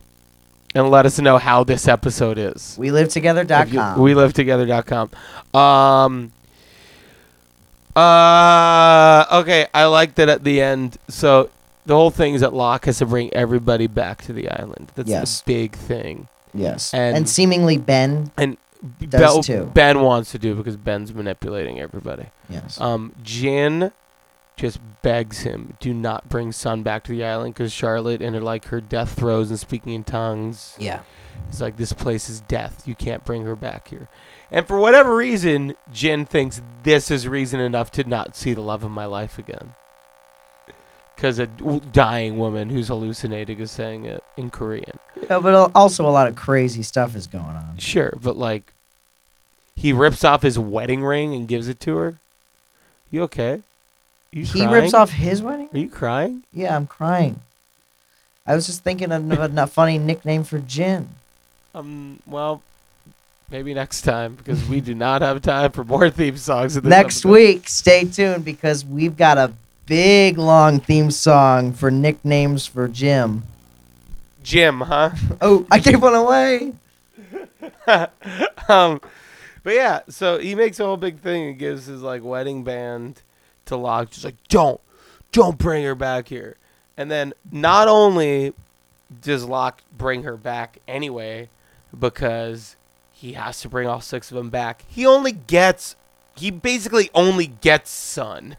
[SPEAKER 1] and let us know how this episode is.
[SPEAKER 3] we live
[SPEAKER 1] If you-
[SPEAKER 3] together.com.
[SPEAKER 1] We live together.com. Um, uh, okay, I like that at the end. So the whole thing is that Locke has to bring everybody back to the island. That's
[SPEAKER 3] Yes.
[SPEAKER 1] a big thing.
[SPEAKER 3] yes.
[SPEAKER 1] and-
[SPEAKER 3] and seemingly Ben.
[SPEAKER 1] And
[SPEAKER 3] Does too.
[SPEAKER 1] Ben wants to do it because Ben's manipulating everybody.
[SPEAKER 3] Yes.
[SPEAKER 1] Um, Jin just begs him, do not bring Sun back to the island because Charlotte and her like her death throes and speaking in tongues.
[SPEAKER 3] yeah.
[SPEAKER 1] It's like this place is death. You can't bring her back here. And for whatever reason, Jin thinks this is reason enough to not see the love of my life again. Because a w- dying woman who's hallucinating is saying it in Korean.
[SPEAKER 3] Yeah, but al- also a lot of crazy stuff is going on.
[SPEAKER 1] Sure, but like he rips off his wedding ring and gives it to her. You okay? You
[SPEAKER 3] He
[SPEAKER 1] crying?
[SPEAKER 3] rips off his wedding?
[SPEAKER 1] Are you crying?
[SPEAKER 3] Yeah, I'm crying. I was just thinking of a n- funny nickname for Jin.
[SPEAKER 1] Um well maybe next time because we do not have time for more theme songs in this
[SPEAKER 3] Next
[SPEAKER 1] episode.
[SPEAKER 3] week, stay tuned because we've got a big long theme song for nicknames for Jim.
[SPEAKER 1] Jim, huh?
[SPEAKER 3] Oh, I gave one away.
[SPEAKER 1] um but yeah, so he makes a whole big thing and gives his like wedding band to Locke just like don't don't bring her back here. And then not only does Locke bring her back anyway, because he has to bring all six of them back. He only gets, he basically only gets Son.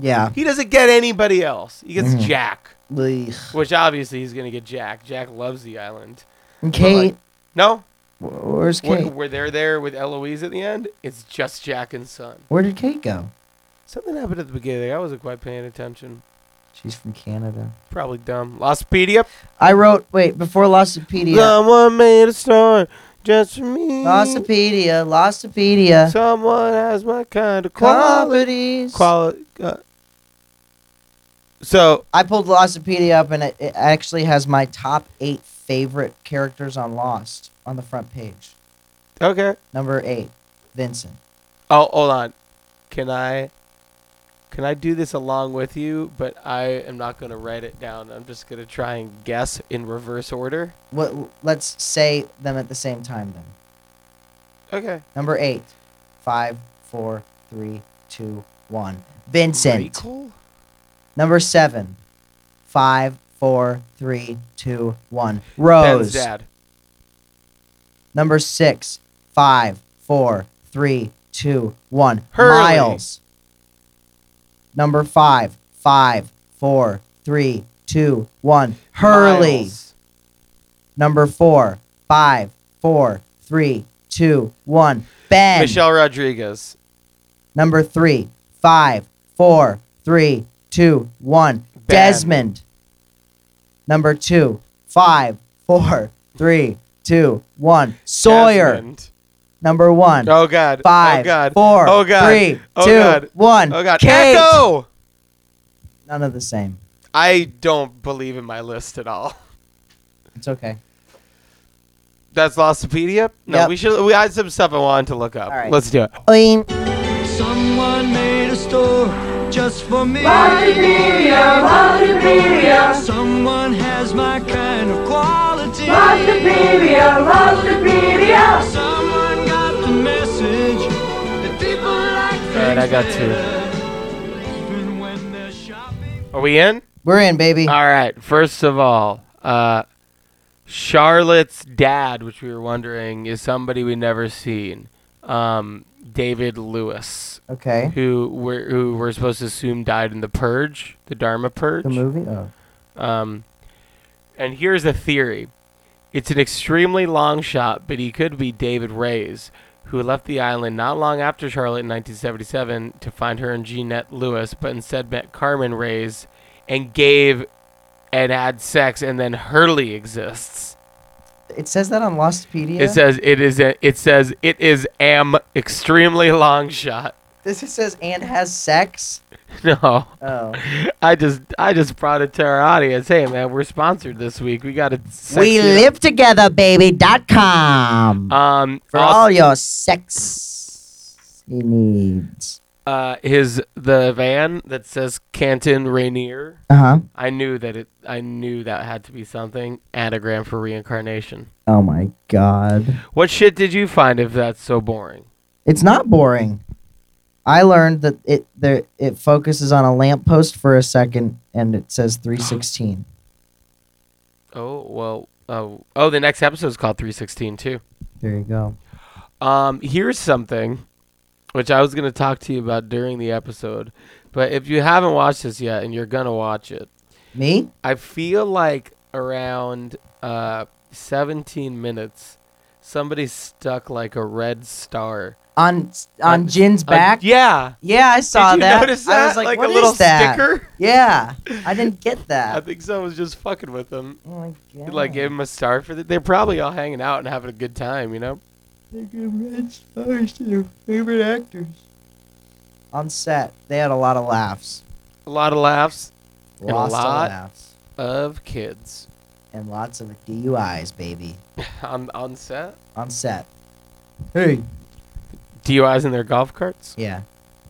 [SPEAKER 3] Yeah.
[SPEAKER 1] He doesn't get anybody else. He gets
[SPEAKER 3] Mhm.
[SPEAKER 1] Jack,
[SPEAKER 3] Lee.
[SPEAKER 1] which obviously he's gonna get Jack. Jack loves the island.
[SPEAKER 3] And Kate.
[SPEAKER 1] No,
[SPEAKER 3] wh- Where's
[SPEAKER 1] where,
[SPEAKER 3] Kate?
[SPEAKER 1] where they're there with Eloise at the end, it's just Jack and Son.
[SPEAKER 3] Where did Kate go?
[SPEAKER 1] Something happened at the beginning. I wasn't quite paying attention.
[SPEAKER 3] She's from Canada.
[SPEAKER 1] Probably dumb. Lostpedia.
[SPEAKER 3] I wrote, wait, before Lostopedia.
[SPEAKER 1] Someone made a star just for me.
[SPEAKER 3] Lostopedia. Lostopedia.
[SPEAKER 1] Someone has my kind of quality.
[SPEAKER 3] Qualities.
[SPEAKER 1] Quality. Uh, so
[SPEAKER 3] I pulled Lostopedia up and it, it actually has my top eight favorite characters on Lost on the front page.
[SPEAKER 1] okay.
[SPEAKER 3] Number eight, Vincent.
[SPEAKER 1] Oh, hold on. Can I? Can I do this along with you? But I am not going to write it down. I'm just going to try and guess in reverse order.
[SPEAKER 3] What? Let's say them at the same time then.
[SPEAKER 1] Okay.
[SPEAKER 3] Number eight, five, four, three, two, one. Vincent.
[SPEAKER 1] Michael?
[SPEAKER 3] Number seven, five, four, three, two, one.
[SPEAKER 1] Ben's
[SPEAKER 3] Rose.
[SPEAKER 1] dad.
[SPEAKER 3] Number six, five, four, three, two, one.
[SPEAKER 1] Hurley.
[SPEAKER 3] Miles. Number five, five, four, three, two, one. Hurley.
[SPEAKER 1] Miles.
[SPEAKER 3] Number four, five, four, three, two, one. Ben.
[SPEAKER 1] Michelle Rodriguez.
[SPEAKER 3] Number three, five, four, three, two, one.
[SPEAKER 1] Ben.
[SPEAKER 3] Desmond. Number two, five, four, three, two, one. Sawyer.
[SPEAKER 1] Desmond.
[SPEAKER 3] Number one.
[SPEAKER 1] Oh God. oh
[SPEAKER 3] Five,
[SPEAKER 1] God.
[SPEAKER 3] four,
[SPEAKER 1] Oh God.
[SPEAKER 3] three,
[SPEAKER 1] oh
[SPEAKER 3] two,
[SPEAKER 1] God.
[SPEAKER 3] one.
[SPEAKER 1] Oh God.
[SPEAKER 3] Kate.
[SPEAKER 1] Echo.
[SPEAKER 3] None of the same.
[SPEAKER 1] I don't believe in my list at all.
[SPEAKER 3] It's okay.
[SPEAKER 1] That's Lostopedia. No,
[SPEAKER 3] Yep.
[SPEAKER 1] we should. We had some stuff I wanted to look up.
[SPEAKER 3] All right.
[SPEAKER 1] Let's do it.
[SPEAKER 3] Oing.
[SPEAKER 7] Someone made a store just for me. Someone has my kind of quality. Someone got the message that people like
[SPEAKER 1] Alright, I got two. Are we in?
[SPEAKER 3] We're in, baby.
[SPEAKER 1] All right. First of all, uh, Charlotte's dad, which we were wondering, is somebody we never seen. Um, David Lewis,
[SPEAKER 3] Okay.
[SPEAKER 1] who we're who we're supposed to assume died in the Purge, the Dharma Purge.
[SPEAKER 3] The movie? Oh.
[SPEAKER 1] Um, and here's a theory it's an extremely long shot, but he could be David Reyes, who left the island not long after Charlotte in 1977 to find her and Jeanette Lewis, but instead met Carmen Reyes and gave and had sex, and then Hurley exists.
[SPEAKER 3] It says that on Lostpedia.
[SPEAKER 1] It says it is a, it says it is am extremely long shot.
[SPEAKER 3] this it says and has sex.
[SPEAKER 1] No,
[SPEAKER 3] Oh.
[SPEAKER 1] I just I just brought it to our audience. Hey man, we're sponsored this week. We got to
[SPEAKER 3] we live together, baby.com.
[SPEAKER 1] um
[SPEAKER 3] for
[SPEAKER 1] also-
[SPEAKER 3] all your sex needs.
[SPEAKER 1] uh his the van that says Canton Rainier.
[SPEAKER 3] Uh huh.
[SPEAKER 1] I knew that it I knew that had to be something anagram for reincarnation.
[SPEAKER 3] Oh my god.
[SPEAKER 1] What shit did you find if that's so boring?
[SPEAKER 3] It's not boring. I learned that it there it focuses on a lamppost for a second and it says 316.
[SPEAKER 1] Oh, well, oh, oh the next episode is called 316 too.
[SPEAKER 3] There you go.
[SPEAKER 1] Um here's something which I was going to talk to you about during the episode, but if you haven't watched this yet and you're going to watch it,
[SPEAKER 3] Me?
[SPEAKER 1] I feel like around uh 17 minutes somebody stuck like a red star
[SPEAKER 3] On on
[SPEAKER 1] Uh,
[SPEAKER 3] Jin's
[SPEAKER 1] Uh,
[SPEAKER 3] back?
[SPEAKER 1] yeah.
[SPEAKER 3] Yeah, I saw
[SPEAKER 1] Did you
[SPEAKER 3] that.
[SPEAKER 1] notice
[SPEAKER 3] I was
[SPEAKER 1] that? Like a
[SPEAKER 3] like, "What is
[SPEAKER 1] little
[SPEAKER 3] that? Uh,
[SPEAKER 1] sticker?
[SPEAKER 3] Yeah, I didn't get
[SPEAKER 1] I
[SPEAKER 3] that.
[SPEAKER 1] think someone was just fucking with them.
[SPEAKER 3] Oh my god.
[SPEAKER 1] Like gave him a star for that. They're probably all hanging out and having a good time, you know.
[SPEAKER 6] They give red stars to their favorite actors.
[SPEAKER 3] on set, they had a lot of laughs.
[SPEAKER 1] A lot of laughs And a
[SPEAKER 3] Lost a
[SPEAKER 1] lot-
[SPEAKER 3] laughs.
[SPEAKER 1] of kids
[SPEAKER 3] And lots of DUIs, baby.
[SPEAKER 1] on on set.
[SPEAKER 3] On set. Hey.
[SPEAKER 1] DUIs in their golf carts.
[SPEAKER 3] Yeah.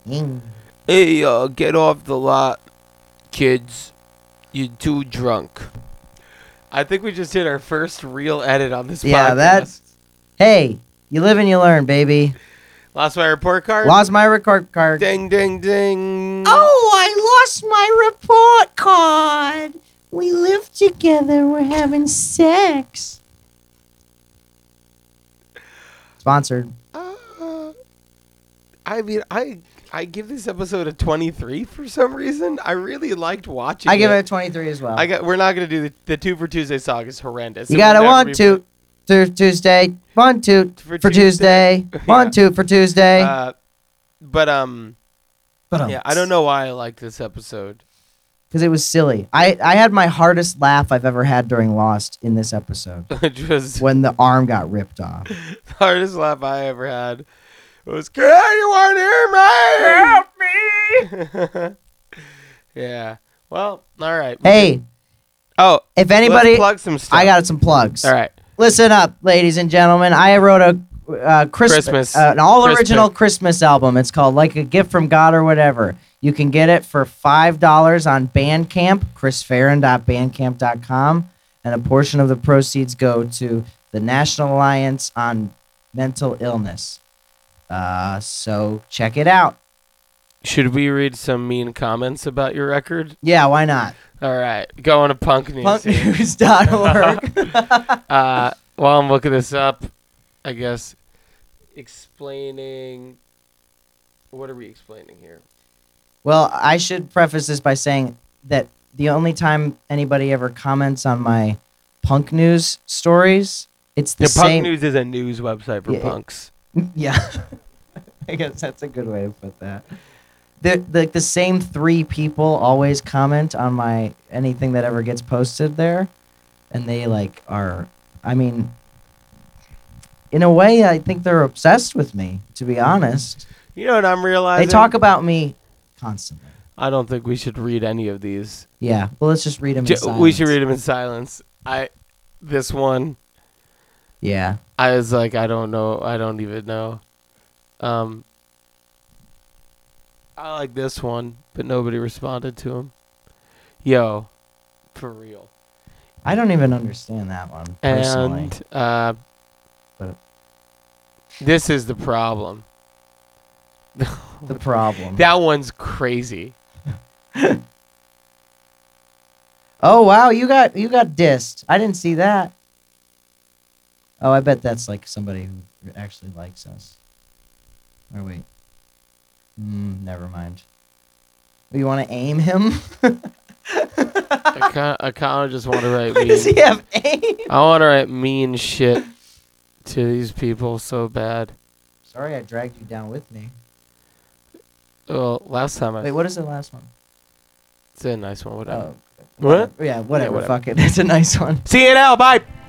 [SPEAKER 3] Ying.
[SPEAKER 1] Hey, uh, get off the lot, kids. You're too drunk. I think we just did our first real edit on this
[SPEAKER 3] Yeah,
[SPEAKER 1] podcast.
[SPEAKER 3] that- Hey, you live and you learn, baby.
[SPEAKER 1] Lost my report card.
[SPEAKER 3] Lost Oh! my record card.
[SPEAKER 1] Ding, ding, ding.
[SPEAKER 3] I lost my report card. We live together. We're having sex. Sponsored.
[SPEAKER 1] Uh, I mean, I I give this episode a 23 for some reason. I really liked watching.
[SPEAKER 3] I give it a 23 as well.
[SPEAKER 1] I got. We're not gonna do the, the two for Tuesday song is horrendous.
[SPEAKER 3] you
[SPEAKER 1] It will
[SPEAKER 3] gotta
[SPEAKER 1] never
[SPEAKER 3] one,
[SPEAKER 1] be-
[SPEAKER 3] two, through Tuesday. One, two
[SPEAKER 1] For
[SPEAKER 3] for,
[SPEAKER 1] Tuesday.
[SPEAKER 3] Tuesday. One,
[SPEAKER 1] Yeah.
[SPEAKER 3] two for Tuesday.
[SPEAKER 1] Uh, but um,
[SPEAKER 3] but
[SPEAKER 1] yeah, I don't know why I liked this episode.
[SPEAKER 3] Because it was silly. I, I had my hardest laugh I've ever had during Lost in this episode
[SPEAKER 1] it was
[SPEAKER 3] when the arm got ripped off.
[SPEAKER 1] the hardest laugh I ever had. Was can anyone hear me? Help me! yeah. Well, all right.
[SPEAKER 3] Hey,
[SPEAKER 1] Oh,
[SPEAKER 3] if anybody,
[SPEAKER 1] let's plug some stuff.
[SPEAKER 3] I got some plugs.
[SPEAKER 1] All right.
[SPEAKER 3] Listen up, ladies and gentlemen. I wrote a uh, Christmas,
[SPEAKER 1] Christmas.
[SPEAKER 3] uh, an all
[SPEAKER 1] Christmas.
[SPEAKER 3] original Christmas album. It's called Like a Gift from God or whatever. You can get it for five dollars on Bandcamp, chrisfarren.bandcamp.com, and a portion of the proceeds go to the National Alliance on Mental Illness. Uh, so check it out.
[SPEAKER 1] Should we read some mean comments about your record?
[SPEAKER 3] Yeah, why not?
[SPEAKER 1] All right. Going to punk news. here.
[SPEAKER 3] Punknews.org.
[SPEAKER 1] uh, while I'm looking this up, I guess explaining. What are we explaining here?
[SPEAKER 3] well, I should preface this by saying that the only time anybody ever comments on my punk news stories, it's the
[SPEAKER 1] The
[SPEAKER 3] same.
[SPEAKER 1] Punk News is a news website for
[SPEAKER 3] Yeah, yeah.
[SPEAKER 1] punks.
[SPEAKER 3] Yeah, I guess that's a good way to put that. The, the, the same three people always comment on my anything that ever gets posted there, and they like are. I mean, in a way, I think they're obsessed with me. To be honest,
[SPEAKER 1] You know what I'm
[SPEAKER 3] they
[SPEAKER 1] realizing?
[SPEAKER 3] talk about me constantly.
[SPEAKER 1] I don't think we should read any of these.
[SPEAKER 3] Yeah. Well, let's just read them.
[SPEAKER 1] Ju- we should read them in silence. I, this one,
[SPEAKER 3] Yeah.
[SPEAKER 1] I was like, I don't know. I don't even know. Um, I like this one, but nobody responded to him. Yo, for real.
[SPEAKER 3] I don't even understand that one personally.
[SPEAKER 1] And uh,
[SPEAKER 3] But-
[SPEAKER 1] this is the problem.
[SPEAKER 3] the problem.
[SPEAKER 1] That one's crazy.
[SPEAKER 3] oh wow, you got you got dissed. I didn't see that. Oh, I bet that's like somebody who actually likes us. Or wait. Mm, never mind. Oh, You want to aim him?
[SPEAKER 1] I kind I kind of just want to write
[SPEAKER 3] Why does he
[SPEAKER 1] mean.
[SPEAKER 3] have aim?
[SPEAKER 1] I want to write mean shit to these people so bad.
[SPEAKER 3] Sorry, I dragged you down with me.
[SPEAKER 1] Well, last time I
[SPEAKER 3] Wait, what is the last one?
[SPEAKER 1] it's a nice one. Whatever.
[SPEAKER 3] Oh,
[SPEAKER 1] Uh, What?
[SPEAKER 3] yeah, whatever.
[SPEAKER 1] whatever.
[SPEAKER 3] Fuck it. That's a nice one.
[SPEAKER 1] CNL. Bye.